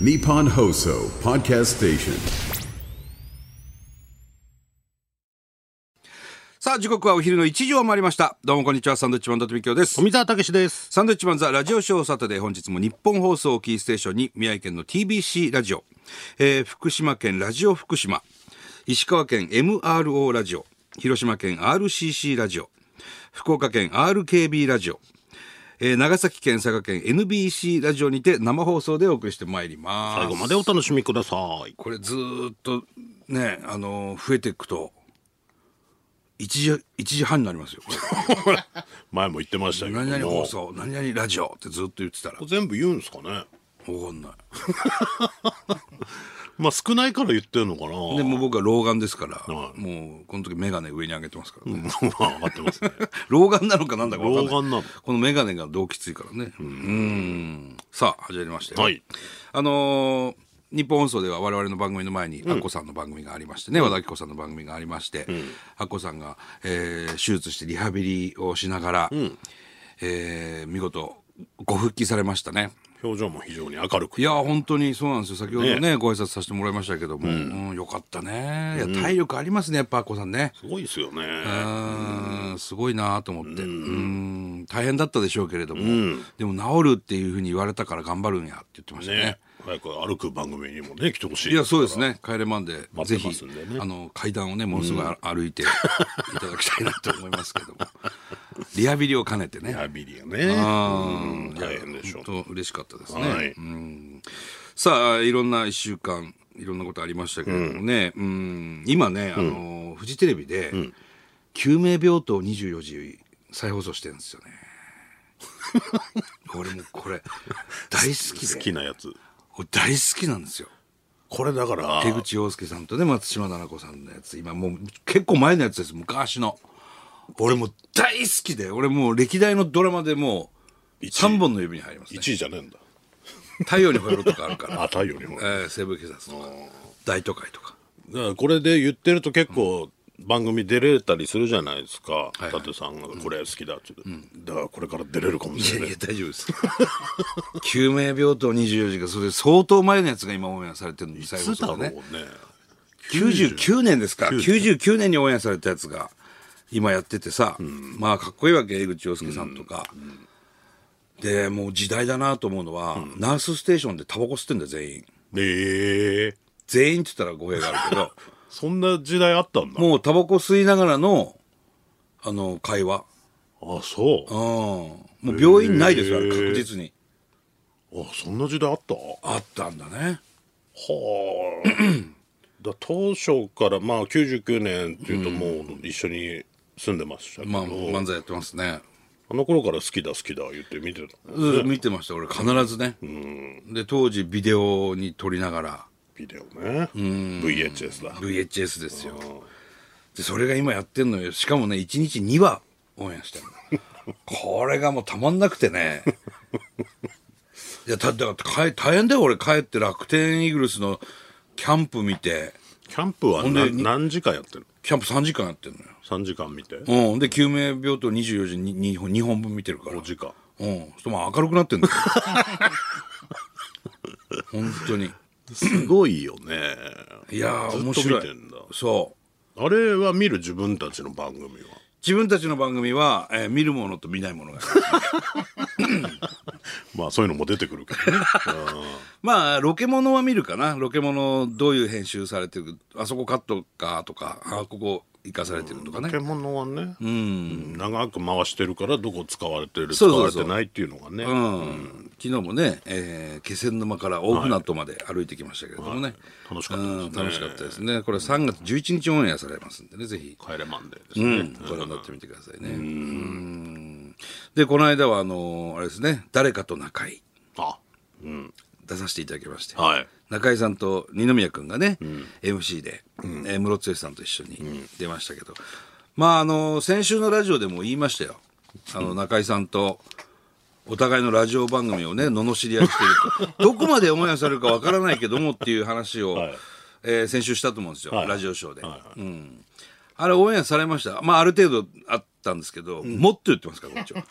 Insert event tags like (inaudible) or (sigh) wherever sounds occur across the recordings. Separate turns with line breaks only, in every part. Nippon Hoso Podcast Station.
さあ時刻はお昼の1時を回りましたどうもこんにちはサンドウィッチマン伊達美京です
富澤たけしです。
サンドウィッチマンザラジオショーサタデー本日も日本放送をキーステーションに宮城県の TBC ラジオ、えー福島県ラジオ福島石川県 MRO ラジオ広島県 RCC ラジオ福岡県 RKB ラジオ、えー長崎県佐賀県 NBC ラジオにて生放送でお送りしてまいります
最後までお楽しみください。
これずーっとねあのー増えていくと1時 ,1 時半になりますよこれ
(laughs) 前も言ってましたけど
何々
も
放、送何々ラジオってずっと言ってたら
これ全部言うんですかね。
分かんない
まあ少ないから言ってんのかな。
で
(laughs)
もう僕は老眼ですから、
はい
もうこの時眼鏡上に上げてますからね、
まあ上がってますね。
(laughs) 老眼なのかなんだか分かんない
老眼なの
この眼鏡がどうきついからねうんさあ始まりま
(laughs)
したよ、
はい
あのー日本放送では我々の番組の前にアッコさんの番組がありましてね、和田アキ子さんの番組がありまして、アッコさんが、えー手術してリハビリをしながら、えー見事ご復帰されましたね
表情も非常に明るく
い。や本当にそうなんですよ先ほどね
ね
ご挨拶させてもらいましたけども、うんよかったねいや、体力ありますねやっぱアッコさんね
すごいですよね。
うんすごいなと思ってうん大変だったでしょうけれども、でも治るっていうふうに言われたから頑張るんやって言ってましたね
ね。早く歩く番組にもね来てほしい。
いやそうですね「帰れマンデー」
待
ぜ
って
ひ
ますんでね
あの階段をねものすぐあ歩いていただきたいなと思いますけどもリハビリを兼ねてね
リハビリがね。うん大変でしょう。
本当嬉しかったですね、
はい。
さあいろんな1週間いろんなことありましたけれどもね、うん、今ね、あのーフジテレビで、救命病棟24時再放送してるんですよね俺もうこれ大好き
好
で
きなやつ。
俺大好きなんですよ
これだから
江口洋介さんとね松島菜々子さんのやつ今もう結構前のやつです昔の俺もう大好きで俺もう歴代のドラマでもう
一位
3本の指に入りますね
一位じゃねえんだ。
太陽にほえろとかあるから
あ太陽にも。だか
えー西部警察とか大都会とから
これで言ってると結構。番組出れたりするじゃないですか、
いはい
伊達さんがこれ好きだって言って、だからこれから出れるかも
い
しれ
や
ない
いや大丈夫です (laughs) 救命病棟24時間それ相当前のやつが今オンエアされてるのに最
いつだろ
後
う
ね
ね
99年ですか99年にオンエアされたやつが今やっててさ、まあかっこいいわけ江口洋介さんとか、でもう時代だなと思うのは、ナースステーションでタバコ吸ってんだよ全員
ええ
全員って言ったら語弊があるけ (laughs) ど
そんな時代あったんだ
もうタバコ吸いながらのあの会話
あそう
うん
あ
もう病院ないですよあれ確実に
そんな時代あったは
あったんだね (clears throat)
あだ当初からまあ99年っていうともう一緒に住んでましたけど、
まあ漫才やってますね
あの頃から好きだ好きだ言って見てたの
うん見てました俺必ずね、で当時ビデオに撮りながら
ビデオね VHS だ
VHS ですよでそれが今やってんのよしかもね1日2話応援 (laughs) してるのこれがもうたまんなくてねいやだだから帰大変だよ俺帰って楽天イーグルスのキャンプ見て
キャンプは
んで
な何時間やってる
キャンプ3時間やってんのよ
の3時間見て
うん、で救命病棟24時に2本 ,2 本分見てるから
5時間
うん、ちょっとまあ明るくなってんだよ本当に
すごいよね
いやー
ずっと
面白い
見てんだ
そう
あれは見る自分たちの番組は
自分たちの番組は、えー見るものと見ないものがある
まあそういうのも出てくるけどね
(laughs) まあロケものは見るかなロケものどういう編集されてるあそこカットかとかあここ生かされてると
(laughs)
かね
漬物はね、長く回してるからどこ使われてる
そうそうそう
使われてないっていうのがね、
うん、昨日もね、えー気仙沼から大船渡まで歩いてきましたけれどもね、
楽しかったですね
うん楽しかったですねこれ3月11日オンエアされますんでねぜひ
帰れマンデーです
う
ね、
ん、ご覧になってみてくださいね。うんで、この間は、あのーあれですね、誰かと仲いい、
あ
出させていただきまして、
はい
中井さんと二宮君がね、MC で、えームロツヨシさんと一緒に出ましたけど、まあ、あのー先週のラジオでも言いましたよ。あの、中井さんと、お互いのラジオ番組をね、罵り合いしている
(laughs)
と。どこまでオンエアされるかわからないけどもっていう話を、
はい
えー先週したと思うんですよ、
はい
ラジオショーで。
はいはい
あれオンエアされました。まあある程度あったんですけど、もっと言ってますからこ
(laughs)
っちは。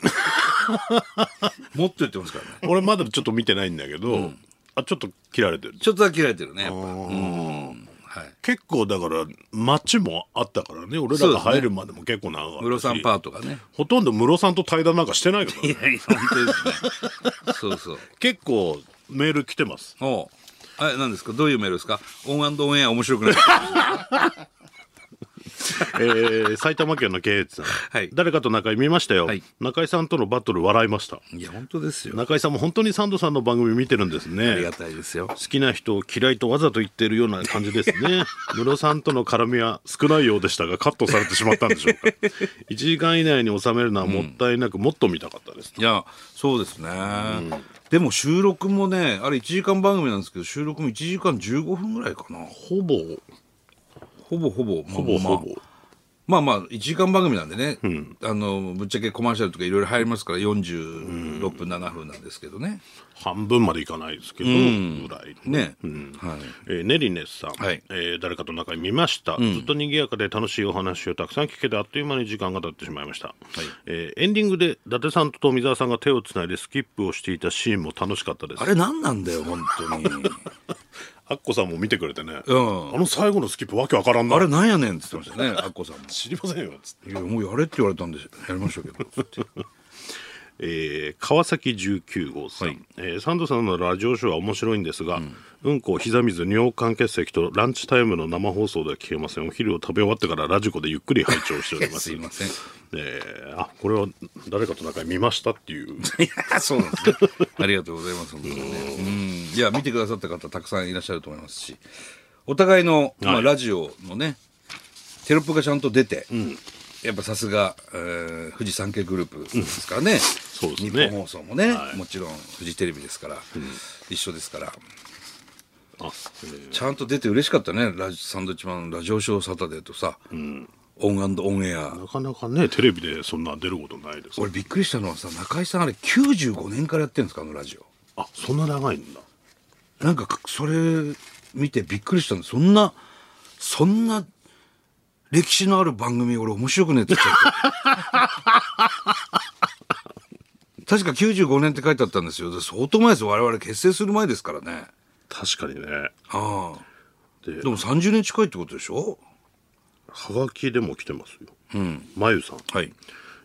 もっと言ってますからね。
俺まだちょっと見てないんだけど、あちょっと切られてる
ちょっとだけ切られてるねやっぱうんはい
結構だから街もあったからね俺らが入るまでも結構長かったし
ムロさんパートがね
ほとんどムロさんと対談なんかしてないから、
い (laughs)
ね、
やいや (laughs) 本当ですねそうそう
結構メール来てます
おうあれ何ですかどういうメールですかオンオンエア面白くない
えー、埼玉県のケイエツさん、
はい
誰かと中居見ましたよ、
はい
中居さんとのバトル笑いました
(laughs) いや本当ですよ
中居さんも本当にサンドさんの番組見てるんです
あり
ね
がたいですよ
好きな人を嫌いとわざと言ってるような感じですね
(laughs)
ムロさんとの絡みは少ないようでしたがカットされてしまったんでしょうか
(laughs)
1時間以内に収めるのはもったいなく、もっと見たかったです
いやそうですね、でも収録もねあれ1時間番組なんですけど収録も1時間15分ぐらいかな
ほぼ
ほぼほぼまあ
ほぼ
まあ
ほぼ、
まあまあ1時間番組なんでね、あのぶっちゃけコマーシャルとかいろいろ入りますから46分7分なんですけどね
半分までいかないですけど、ぐらい
ね、はい、
えーネリネスさん、
はい
えー誰かと仲居見ました、ずっと賑やかで楽しいお話をたくさん聞けてあっという間に時間が経ってしまいました、えーエンディングで伊達さんと富澤さんが手をつないでスキップをしていたシーンも楽しかったです
あれ何なんだよ本当に
アッコさんも見てくれてね、
うん
あの最後のスキップわけわからんな
あれなんやねんって言ってましたねアッコさんも
知りませんよつって
いやもうやれって言われたんでやりましたけどって
えー川崎19号さん、えーサンドさんのラジオショーは面白いんですが、うん、こ膝水尿管結石とランチタイムの生放送では聞けませんお昼を食べ終わってからラジコでゆっくり拝聴しておりま (laughs) す
(laughs) すいません
えーあこれは誰かと中に見ましたっていう
いやそうなんですねありがとうございます本当にねうんいや見てくださった方たくさんいらっしゃると思いますしお互いの、まあ、ラジオのねテロップがちゃんと出て、やっぱさすが、えーフジサンケイグループですからね、
そうですね
日本放送もね、もちろんフジテレビですから、一緒ですから
あ、えー
ちゃんと出て嬉しかったねラジサンドウィッチマンのラジオショーサタデーとさ、オンオンエア
なかなかねテレビでそんな出ることないです
俺びっくりしたのはさ中居さんあれ95年からやってるんですかあのラジオ
あそんな長いんだ
なんかそれ見てびっくりしたんでそんなそんな歴史のある番組俺面白くねえって言っちゃった (laughs) 確か95年って書いてあったんですよ相当前ですよ我々結成する前ですからね
確かにね
ああ
で
でも30年近いってことでしょ
はがきでも来てますよ、うん、まゆさん
はい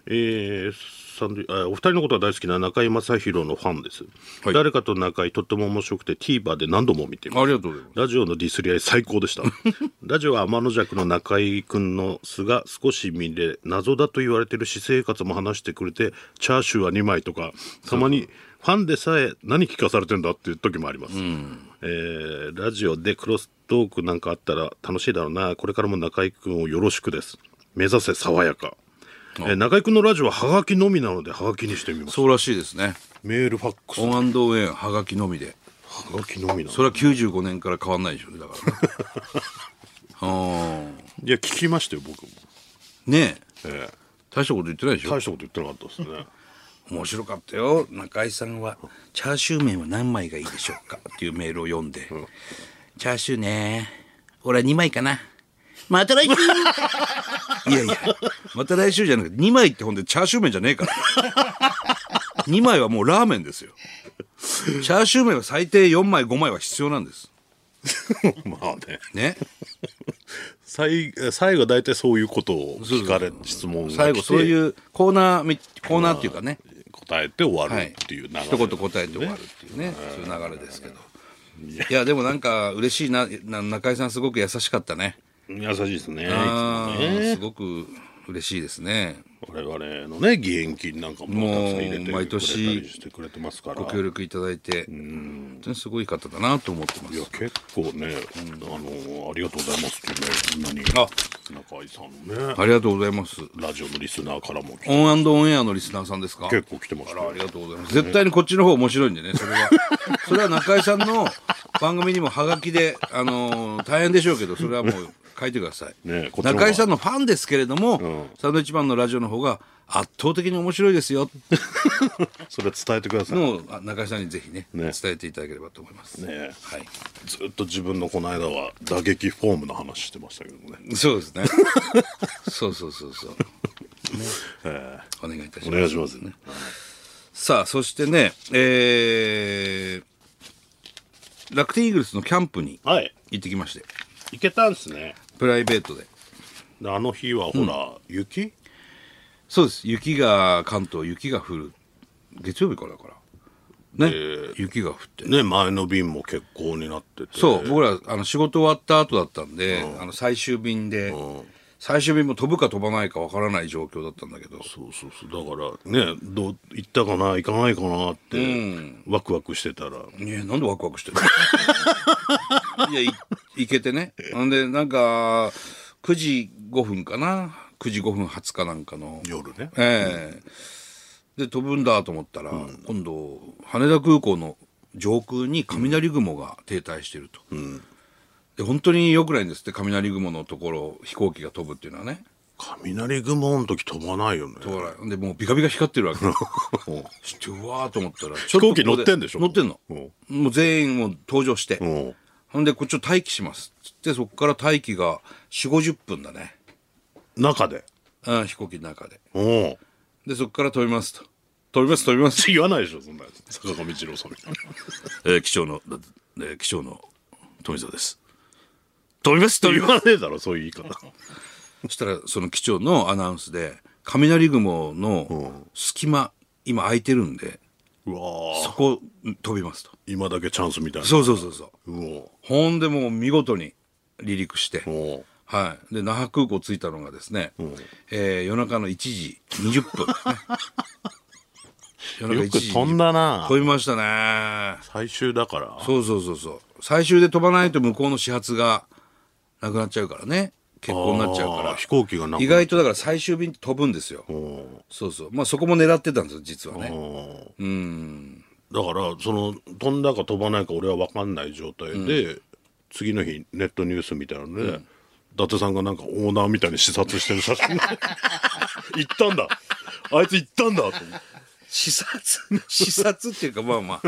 えーサンドイあお二人のことが大好きな中居正広のファンです、
はい
誰かと仲いいとっても面白くて TVer で何度も見ています
ありがとうございます
ラジオのディスり合い最高でした (laughs) ラジオは天の弱の中居君の素が少し見れ謎だと言われてる私生活も話してくれてチャーシューは2枚とかたまにファンでさえ何聞かされてんだっていう時もあります、えーラジオでクロストークなんかあったら楽しいだろうなこれからも中居君をよろしくです目指せ爽やかえー中居君のラジオはハガキのみなのでハガキにしてみます
そうらしいですね
メールファックス
オンオンエアはがきのみで
ハガキのみなの
それは95年から変わんないでしょうねだからね (laughs) ああ
いや聞きましたよ僕も、
ねえ
えー
大したこと言ってないでしょ
大したこと言ってなかったですね
面白かったよ中井さんは「チャーシュー麺は何枚がいいでしょうか?」っていうメールを読んで「チャーシューね俺は2枚かなまた来週! 」 (laughs) いやいやまた来週じゃなくて2枚ってほんでチャーシュー麺じゃねえから2枚はもうラーメンですよチャーシュー麺は最低4枚5枚は必要なんです
(laughs) まあね
ね
最最後は大体そういうことを聞かれ質問が来て
最後そういうコーナーみコーナーっていうかね
答えて終わ
はい
るっていう流れ、
一言答えて終わるっていうねそういう流れですけどいやでもなんか嬉しいなな中井さんすごく優しかったね
優しいですねいつ
あ
も
ー
ね
すごく嬉しいですね
我々のね義援金なんかもたくさん入れてくれたり
もう毎年
してくれてますから
ご協力いただいて本当にすごい方だなと思ってま
いや
す
結構ね、あのありがとうございますってねこんなに
あ
中井さんのね
ありがとうございます
ラジオのリスナーからも来て
オンオンエアのリスナーさんですか
結構来てました
あらあ
よ
りがとうございます絶対にこっちの方面白いんでねそれは (laughs) それは中井さんの番組にもハガキで、あのー大変でしょうけどそれはもう書いてください、
ねえこっちの方が
中井さんのファンですけれども、サンドウィッチマンのラジオの方が圧倒的に面白いですよ
それ伝えてください、
のをあ中井さんにぜひね
ね
伝えていただければと思います、
ね
はい
ずっと自分のこの間は打撃フォームの話してましたけどもね
そうですねそうそうそうそう、ねお願いいたし
お
ます
願いしますね
さあそしてねえー楽天イーグルスのキャンプに
はい
行ってきまして
行けたんですね
プライベートで
であの日はほら、雪
そうです雪が関東雪が降る月曜日からだからね、雪が降って
ね前の便も欠航になってて
そう僕らあの仕事終わった後だったんで、あの最終便で、最終便も飛ぶか飛ばないかわからない状況だったんだけど
そうそうそうだからねどう行ったかな行かないかなって、ワクワクしてたら
いやなんでワクワクしてるのいやい行けてねほんでなんか9時5分かな9時5分20日なんかの
夜ね
ええで飛ぶんだと思ったら、今度羽田空港の上空に雷雲が停滞してると、で本当に良くないんですって雷雲のところ飛行機が飛ぶっていうのはね
雷雲の時飛ばないよね (laughs)
ほらでもうビカビカ光ってるわけしてうわーと思ったら飛
行機乗ってんでしょ
乗ってんのもう全員もう登場して、
うん
ほんでこっちを待機しますっつってそこから待機が4 5 0分だね、
中で
うん、飛行機の中で
うん
でそこから飛びますと飛びます飛びます
言わないでしょそんなやつ坂上二郎さんみたいな
えー、機長の、えー、機長の富澤です。飛びます、飛び
言
ます。
わねえだろそういう言い方
(laughs) そしたら、その機長のアナウンスで、雷雲の隙間、今空いてるんで、
うわ
そこうん飛びますと。
今だけチャンスみたいな
そうそうそうそう。
うお
ほんでもう見事に離陸して、
お
はい。で、那覇空港着いたのがですね、えー夜中の1時20分、夜中
よ
1
く
時
飛んだな
飛びましたね。
最終だから
そうそうそうそう最終で飛ばないと向こうの始発がなくなっちゃうからね欠航になっちゃうか
あ
ら
ー飛行機がなく
意外とだから最終便って飛ぶんですよそうそうまあそこも狙ってたんですよ実はね
だからその飛んだか飛ばないか俺は分かんない状態で、次の日ネットニュースみたいなので、伊達さんがなんかオーナーみたいに視察してる写
(laughs)
真行ったんだあいつ行ったんだと思って
視察視察っていうかまあま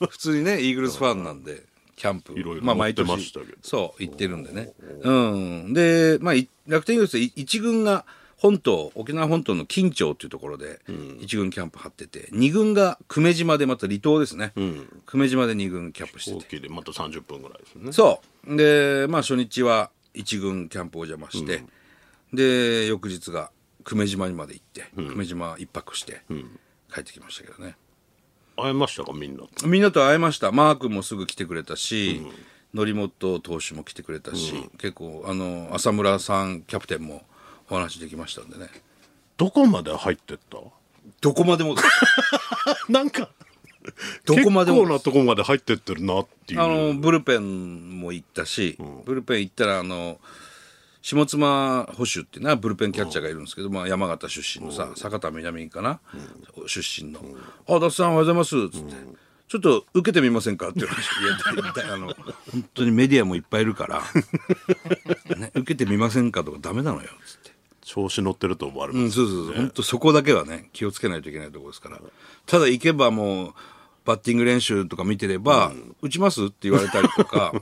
あ普通に
(laughs)
ねイーグルスファンなんでキャンプ
いろいろ
まあ毎年
乗ってましたけど
そう行ってるんでねうんでまあい楽天イーグルスい一軍が本島沖縄本島の金町っていうところで一軍キャンプ張ってて二軍が久米島でまた離島ですね、久米島で二軍キャンプして
飛
て
行機でまた30分ぐらいですね
そう。で、まあ初日は一軍キャンプお邪魔して、で、翌日が久米島にまで行って、久米島一泊して、帰ってきましたけどね。
会えましたかみんな
みんなと会えました。マー君もすぐ来てくれたし、則本投手も来てくれたし、結構、あの、浅村さん、キャプテンもお話できましたんでね。
どこまで入ってった
どこまでもです
なんか
どこまでも
結構なとこまで入ってってるなっていう
あの、ブルペンも行ったし、ブルペン行ったら、あの、下妻捕手っていうのはブルペンキャッチャーがいるんですけど、まあ、山形出身のさ、坂田南かな、出身の「あダスさんおはようございます」っつって、ちょっと受けてみませんか?」って言われていやだいだいあの本当にメディアもいっぱいいるから、ね、受けてみませんか?」とか「ダメなのよ」っつって。
調子乗ってると思われ
う
ま
ん、
す、
そうそうそう、本当そこだけはね、気をつけないといけないところですから。ただ行けばもう、バッティング練習とか見てれば、打ちますって言われたりとか、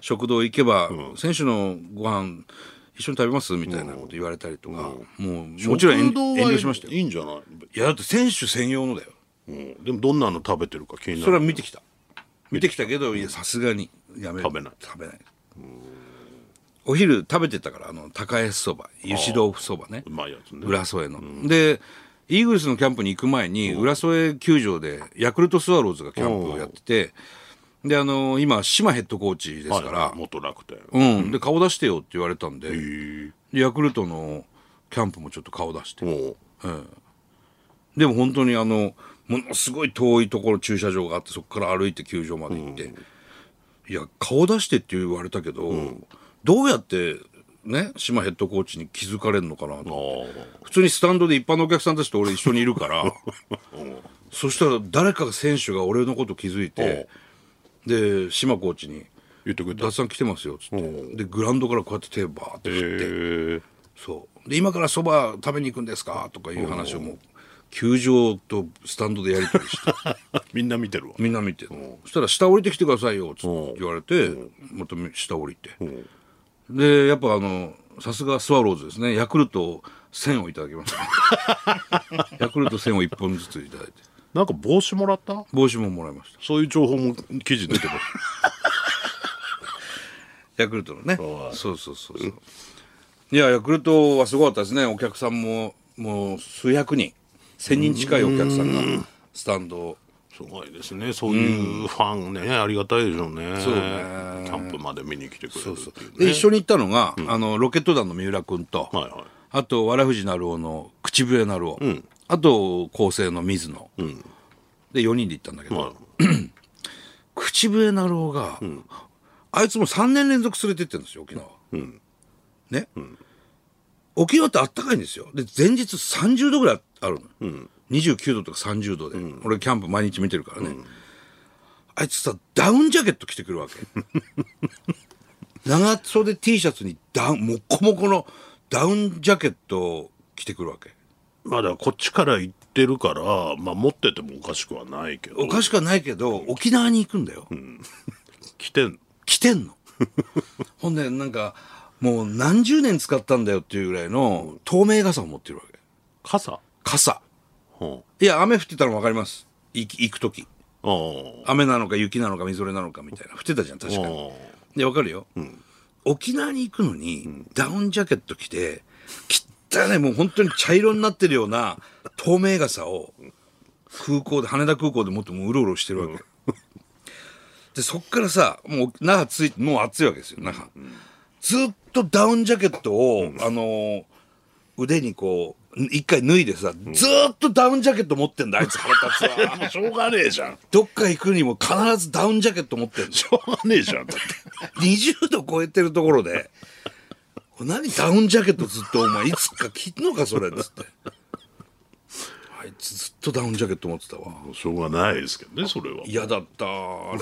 食堂行けば、選手のご飯一緒に食べますみたいなこと言われたりとか、もう、もちろん遠
食堂は
遠慮しましたよ。
いいんじゃない、
いや、だって選手専用のだよ。
うん、でもどんなの食べてるか気になる
それは見てきた。見てきたけど、いや、さすがに、やめる
食べない
食べない。お昼食べてたから、あの、高安そば、油脂豆腐そばね。
うまいやつね
浦添の、でイーグルスのキャンプに行く前に浦添球場でヤクルトスワローズがキャンプをやっててであの今島ヘッドコーチですから、
はい元楽天
うん、で顔出してよって言われたんででヤクルトのキャンプもちょっと顔出して
もう
でも本当にあのものすごい遠いところ駐車場があってそこから歩いて球場まで行って、いや顔出してって言われたけど、どうやってね島ヘッドコーチに気づかれるのかなと思って普通にスタンドで一般のお客さんたちと俺一緒にいる (laughs) からそしたら誰かが選手が俺のこと気づいてで島コーチに「
言ってくれ
伊達さん来てますよ」っつってでグラウンドからこうやって手バーって振って、
え
そうで今からそば食べに行くんですかとかいう話をもう球場とスタンドでやり取りして
ー、みんな見てるわ
みんな見てそしたら「下降りてきてくださいよ」っつって言われてまた下降りてでやっぱあのさすがスワローズですねヤクルト1000をいただきましたヤクルト1000を1本ずついただいて
なんか帽子もらった
帽子ももらいました
そういう情報も記事に出てます。
ヤクルトのね
はい
そうそうそうそういやヤクルトはすごかったですねお客さんももう数百人1000人近いお客さんがスタンドを
(laughs) すごいですね。そういううファンね、ありがたいでしょうね。
うね
キャンプまで見に来てくれるっていうね。
で一緒に行ったのが、あのロケット団の三浦君と、
はいはい
あとわらふじなるおの口笛なるお、あと構成の水野、で4人で行ったんだけど、
まあ
口笛なるおが、あいつも3年連続連れてってるんですよ沖縄、ね、沖縄ってあったかいんですよで前日30度ぐらいあるの、29度とか30度で、俺キャンプ毎日見てるからね、あいつさダウンジャケット着てくるわけ (laughs) 長袖 T シャツにダウンもっこもこのダウンジャケットを着てくるわけ
まあだからこっちから行ってるから、まあ持っててもおかしくはないけど。
おかしくはないけど沖縄に行くんだよ、
来てん。
来てんの (laughs) ほんでなんかもう何十年使ったんだよっていうぐらいの透明傘を持ってるわけ
傘
傘
ほ
いや雨降ってたの分かります行き行く時
う。あ
雨なのか雪なのかみぞれなのかみたいな降ってたじゃん確
あ。
かに
ああ。
で分かるよ、沖縄に行くのにダウンジャケット着て汚いもう本当に茶色になってるような透明傘を空港で羽田空港で持ってもううろうろしてるわけ、でそっからさもう那覇ついもう暑いわけですよ那覇、ずっとダウンジャケットを、あのー腕にこうん一回脱いでさ、ずーっとダウンジャケット持ってんだあいつ腹立つわ (laughs)
しょうがねえじゃん。
どっか行くにも必ずダウンジャケット持ってんの
しょうがねえじゃん。だって
20度超えてるところで「何ダウンジャケットずっとお前いつか着んのかそれ」っつってあいつずっとダウンジャケット持ってたわ
(laughs) しょうがないですけどね、それは。
嫌だったあれ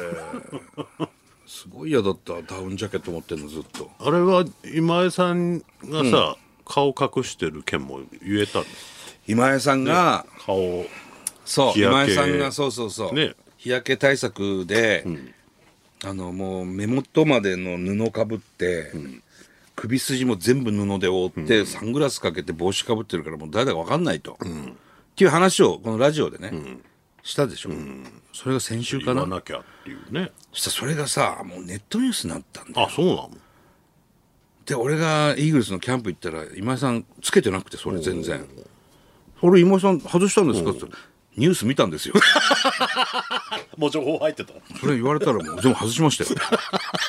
すごい嫌だったダウンジャケット持ってんのずっと
あれは今江さんがさ、顔隠してる件も言えたの
今江さんが、
顔を
そう
日焼
今
け
江さんがそうそうそう、
ね
日焼け対策で、あのもう目元までの布かぶって、首筋も全部布で覆って、サングラスかけて帽子かぶってるからもう誰だか分かんないと、っていう話をこのラジオでね、したでしょ、それが先週か
言
な
わなきゃっていうね。
そしたらそれがさもうネットニュースになったんだよ
あ、そうなの
で俺がイーグルスのキャンプ行ったら今井さんつけてなくてそれ全然「それ今井さん外したんですか?」って言ったらニュース見たんですよ」
もう情報入ってた。
それ言われたらもう全部外しましたよ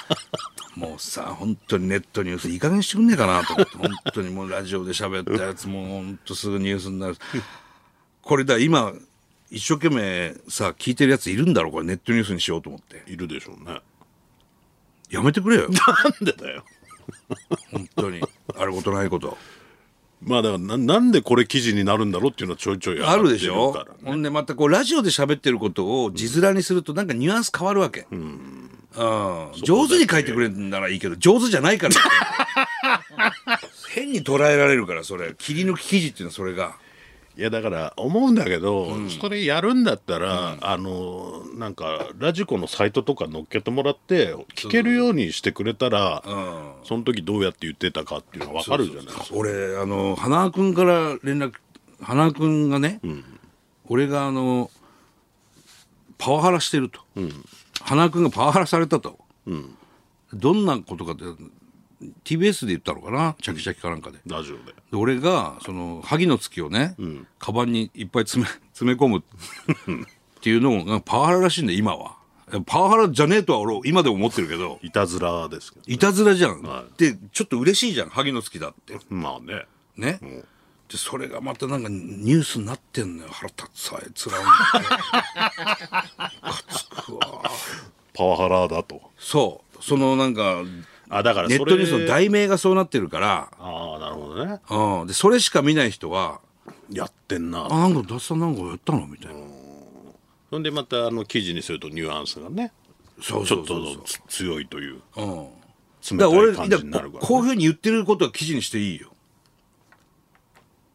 (laughs) もうさ本当にネットニュースいい加減してくんねえかなと思って本当にもうラジオで喋ったやつもう本当すぐニュースになるこれだ今一生懸命さ聞いてるやついるんだろうこれネットニュースにしようと思って
いるでしょうね。 (laughs)
やめてくれよ
なんでだよ。
本当にあることないこと
まあだからななんでこれ記事になるんだろうっていうのはちょいちょい上がっ
あ
て
るでしょ、
からね
ほんでまたこうラジオで喋ってることを字面にするとなんかニュアンス変わるわけ、うん上手に書いてくれるならいいけど上手じゃないから (laughs) 変に捉えられるからそれ切り抜き記事っていうのはそれが
いやだから思うんだけど、それやるんだったら、あのなんかラジコのサイトとか乗っけてもらって聞けるようにしてくれたら、その時どうやって言ってたかっていうのは分かるじゃないですか
俺あの花輪君から連絡花輪君がね、俺があのパワハラしてると、花輪君がパワハラされたと、どんなことかって TBS で言ったのかなチャキチャキかなんかで、
ラジオで
で俺がその萩の月をね、カバンにいっぱい詰め詰め込むっていうのがパワハラらしいんだよ今はパワハラじゃねえとは俺今でも思ってるけど
いたずらですけど
いたずらじゃん、
は
でちょっと嬉しいじゃん萩の月だって
まあね
ね、でそれがまたなんかニュースになってんのよ腹立つあいつらム (laughs) カつくわ
パワハラだと
そうそのなんか
あだから
ネ
そ
ッ
れ
トニュースの題名がそうなってるから、
ああなるほどね
うん、でそれしか見ない人は
やってんな
あなんかダッサンなんかやったのみたいな
そんでまたあの記事にするとニュアンスがね
そう
ち
そ
ょっ
うそう
とつ強いという
うん、だから
冷た
俺
い感
だ
じ
か
に
ら
なる
こ
から、
こういうふうに言ってることは記事にしていいよ。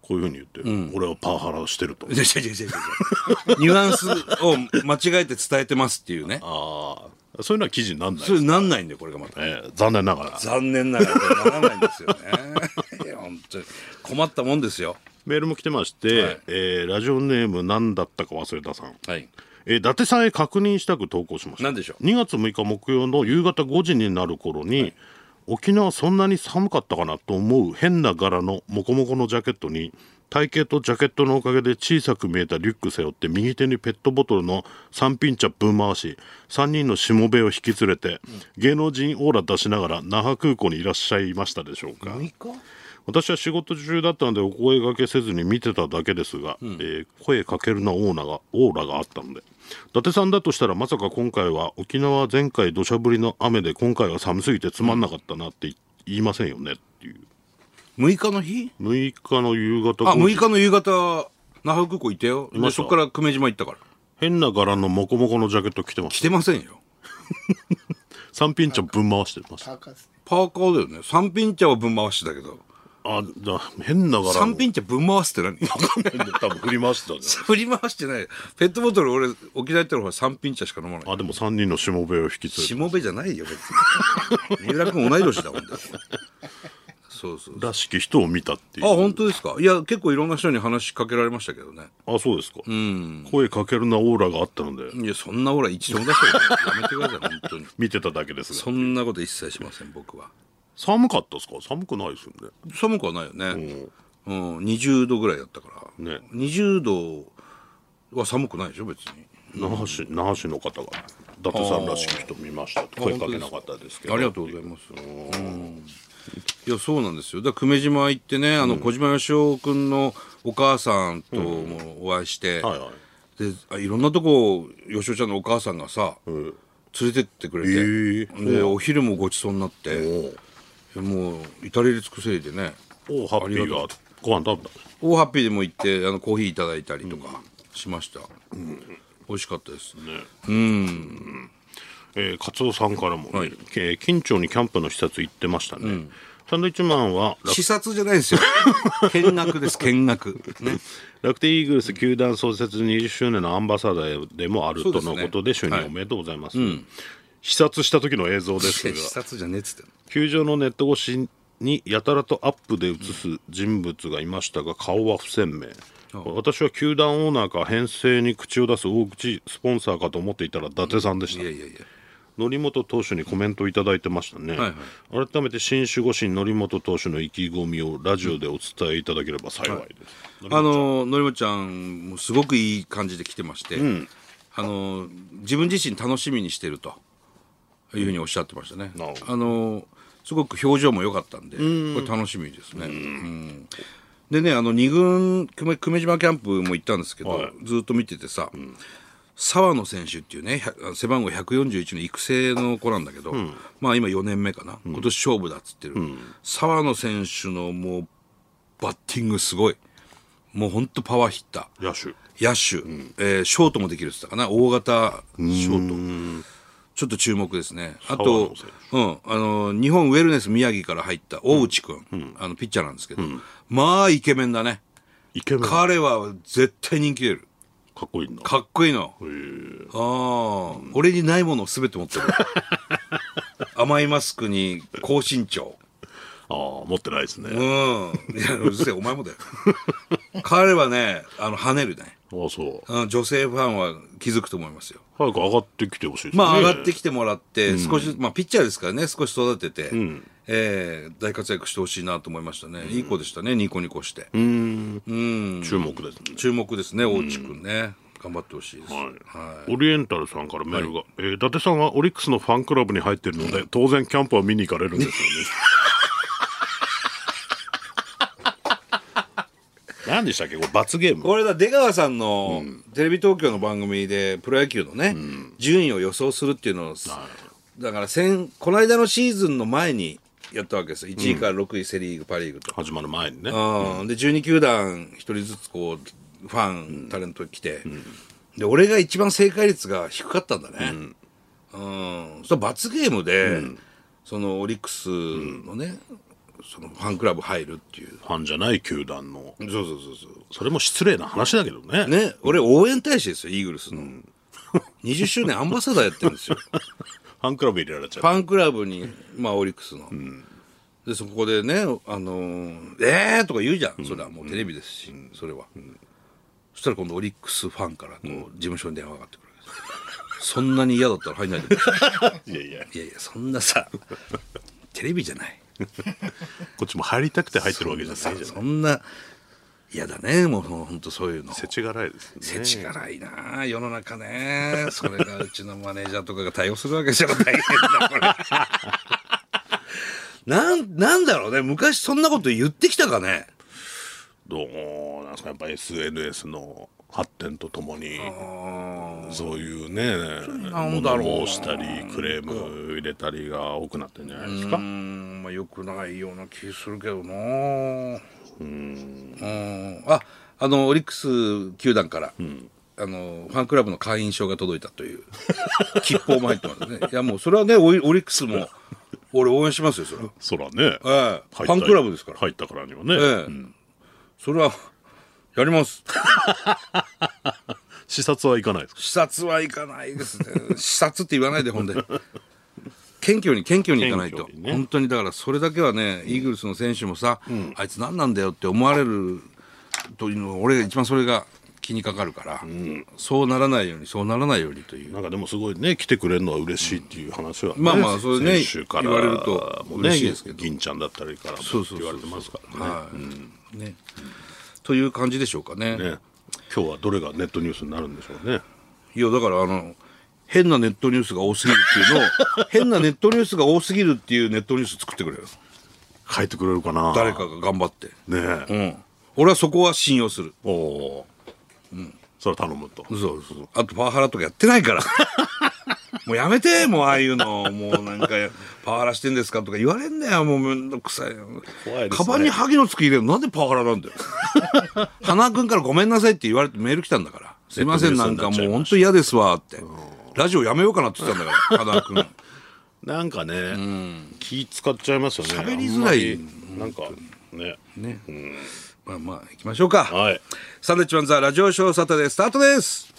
こういうふうに言って、俺はパワハラをしてると
違う違う違う違うニュアンスを間違えて伝えてますっていうね。
ああそういうのは記事になんない
それなんないんだよこれがまた。
ええ残念ながら
残念ながらこれならないんですよね。いや本 (laughs) 本当に困ったもんですよ
メールも来てまして、
はい
えーラジオネーム何だったか忘れたさん、
はい
えー伊達さんへ確認したく投稿しました
何でしょう
2月6日木曜の夕方5時になる頃に、沖縄そんなに寒かったかなと思う変な柄のモコモコのジャケットに体型とジャケットのおかげで小さく見えたリュック背負って右手にペットボトルの三品茶ぶん回し3人のしもべを引き連れて芸能人オーラ出しながら那覇空港にいらっしゃいましたでしょうか私は仕事中だったのでお声掛けせずに見てただけですが、えー声かけるなオーナーがオーラがあったので伊達さんだとしたらまさか今回は沖縄前回土砂降りの雨で今回は寒すぎてつまんなかったなってい言いませんよねっていう
6日の日
6日の夕方
あ
5
6
時
日の夕方那覇空港行ったよで
ました
そこから久米島行ったから
変な柄のモコモコのジャケット着てま
着
す
てませんよ
三品茶ぶん回してますあ
パーカーだよね三品茶はぶん回してたけど
だ変な柄の
三品茶ぶん回すって何
多分振り回して (laughs) たんじゃな
(laughs)
い
振り回してないペットボトル俺沖縄行ったらほら三品茶しか飲まない
あでも3人のしもべを引き連れ
してもべじゃないよ別に三浦君同い年だもんだそうそう
らしき人を見たってい
あ
う
本当ですかいや結構いろんな人に話しかけられましたけどね
あそうですか、声かけるなオーラがあったので
いやそんなオーラ一度も出したことないやめてください本当に
見てただけです
そ
が
んなこと一切しません僕は
寒かったですか寒くないですよね
寒くはないよね、うん、20度ぐらいだったから、
ね
20度は寒くないでしょ別に
那覇市那覇市の方が伊達さんらしき人見ましたと声かけなかったですけど
ありがとうございます、うんいやそうなんですよだから久米島行ってねあの小島よしお君のお母さんともお会いして、
はいはい
であいろんなとこよしおちゃんのお母さんがさ、連れてってくれて、
へー
でお昼もごちそうになってもう至れり尽くせりでね
おおハッピーがご飯食べた
大ハッピーでも行ってあのコーヒーいただいたりとかしました、美味しかったですね
えー、カツオさんからも、
はい
えー近町にキャンプの視察行ってましたね、サンドイッチマンは楽
視察じゃないですよ (laughs) 見学です見学ね
楽天イーグルス球団創設20周年のアンバサダーでもある
そうで
と
すね
のことで就任おめでとうございます、視察した時の映像です
視
が
察じゃねえっつってんの
球場のネット越しにやたらとアップで映す人物がいましたが顔は不鮮明私は球団オーナーか編成に口を出す大口スポンサーかと思っていたら伊達さんでした
いやいやいや
則本投手にコメントいただいてましたね、
はい
改めて新守護神則本投手の意気込みをラジオでお伝えいただければ幸いです、
あののりもちゃんもすごくいい感じで来てまして、あの自分自身楽しみにしてるというふうにおっしゃってましたね、
なるほ
あのすごく表情も良かったんで、これ楽しみですね、うんでねあの二軍久米久米島キャンプも行ったんですけど、
はい
ずっと見ててさ、沢野選手っていうね100背番号141の育成の子なんだけど、まあ今4年目かな、今年勝負だっつってる、沢野選手のもうバッティングすごいもうほんとパワーヒッター
野手
野手、えーショートもできるって言ったかな大型ショートちょっと注目ですねあ
沢野
と
選手、
うん、あの日本ウェルネス宮城から入った大内君、ん、あのピッチャーなんですけど、まあイケメンだね
イケメンか
彼は絶対人気出る
っこいいな
かっこいいのああ、俺にないものを全て持 (laughs) ってる甘いマスクに高身長
ああ持ってないですね、
うんいやうるせえお前もだよ彼はねあの跳ねるね
ああそう
あの女性ファンは気づくと思いますよ
早く上がってきてほしいですね
まあ上がってきてもらって、少し、まあピッチャーですからね、少し育てて、えー大活躍してほしいなと思いましたね。いい子でしたね、ニコニコして。
注目ですね
注目ですね、大内くんね。頑張ってほしいです。
はい、オリエンタルさんからメールが、えー伊達さんはオリックスのファンクラブに入ってるので当然キャンプは見に行かれるんです (laughs) よね何でしたっけこれ罰ゲーム
これだ、出川さんの、テレビ東京の番組で、プロ野球のね、順位を予想するっていうのを、だから先、この間のシーズンの前にやったわけですよ。1位から6位、セ・リーグ、パ・リーグと。
始まる前にね
うん、で12球団1人ずつこうファン、タレント来て、で俺が一番正解率が低かったんだね、うんその罰ゲームで、そのオリックスのね、そのファンクラブ入るっていう
ファンじゃない球団の
そうそうそうそ
それも失礼な話だけどね
うね俺応援大使ですよイーグルスの、20周年アンバサダーやってるんですよ
ファンクラブ入れられちゃ
ファンクラブに、まあ、オリックスの、でそこでね「あのーえー!」とか言うじゃんそれはもうテレビですし、それは、そしたら今度オリックスファンからの事務所に電話がかかってくるわけです、 (laughs) そんなに嫌だったら入んないでくださ
いやいや
いいやいやそんなさテレビじゃない
こっちも入りたくて入ってるわけじゃないじゃ
そ
ない
んな嫌だねもう本当そういうの
世知辛いですね
世知辛いなあ世の中ねそれがうちのマネージャーとかが対応するわけじゃ大変だ (laughs) これなんなんだろうね昔そんなこと言ってきたかね
どうなんですかやっぱ SNS の発展とともにそういうね
なん
も
だろうな
のをしたりクレーム入れたりが多くなってんじゃないですか
うーんまあよくないような気するけどなうんうんああのオリックス球団から、あのファンクラブの会員証が届いたという (laughs) 吉報も入ってますねいやもうそれはねオリオリックスも俺応援しますよ (laughs) それは
そらね
ええ
入っ
フ
た
ァンクラブですから
入ったからにはね、
ええそれはやります
視察はいかないですか
視察は行かないですね視察って言わないでほんで謙虚に謙虚に行かないと
謙、虚にね
本当にだからそれだけはねイーグルスの選手もさ、あいつ何なんだよって思われるというの俺が一番それが気にかかるから、そうならないようにそうならないようにという
なんかでもすごいね来てくれるのは嬉しいっていう話はね、
まあまあそれね
選手から
言われると
もう
嬉しいですけど
銀ちゃんだったりからも
そうそうそうそう
言われてますからね
はいねという感じでしょうかね
ね今日はどれがネットニュースになるんでしょうね
いやだからあの変なネットニュースが多すぎるっていうのを変なネットニュースが多すぎるっていうネットニュース作ってくれよ
書いてくれるかな
誰かが頑張って
ねえ、
うん俺はそこは信用する
おおー、それ頼むと
そうそうあとパワハラとかやってない (laughs) からもうやめてもうああいうのもうなんかパワハラしてんですかとか言われんだよもうめんどくさい
怖いですね
カバンに萩のつく入れるのなんでパワハラなんだよ花君からごめんなさいって言われてメール来たんだからすいませんなんかもう本当嫌ですわってラジオやめようかなって言ってたんだから花君
なんかね、気使っちゃいますよね
喋りづらい
あんまりなんかね
ねまあまあ行きましょうか
はい
サンドウィッチマンザラジオショーサタデースタートです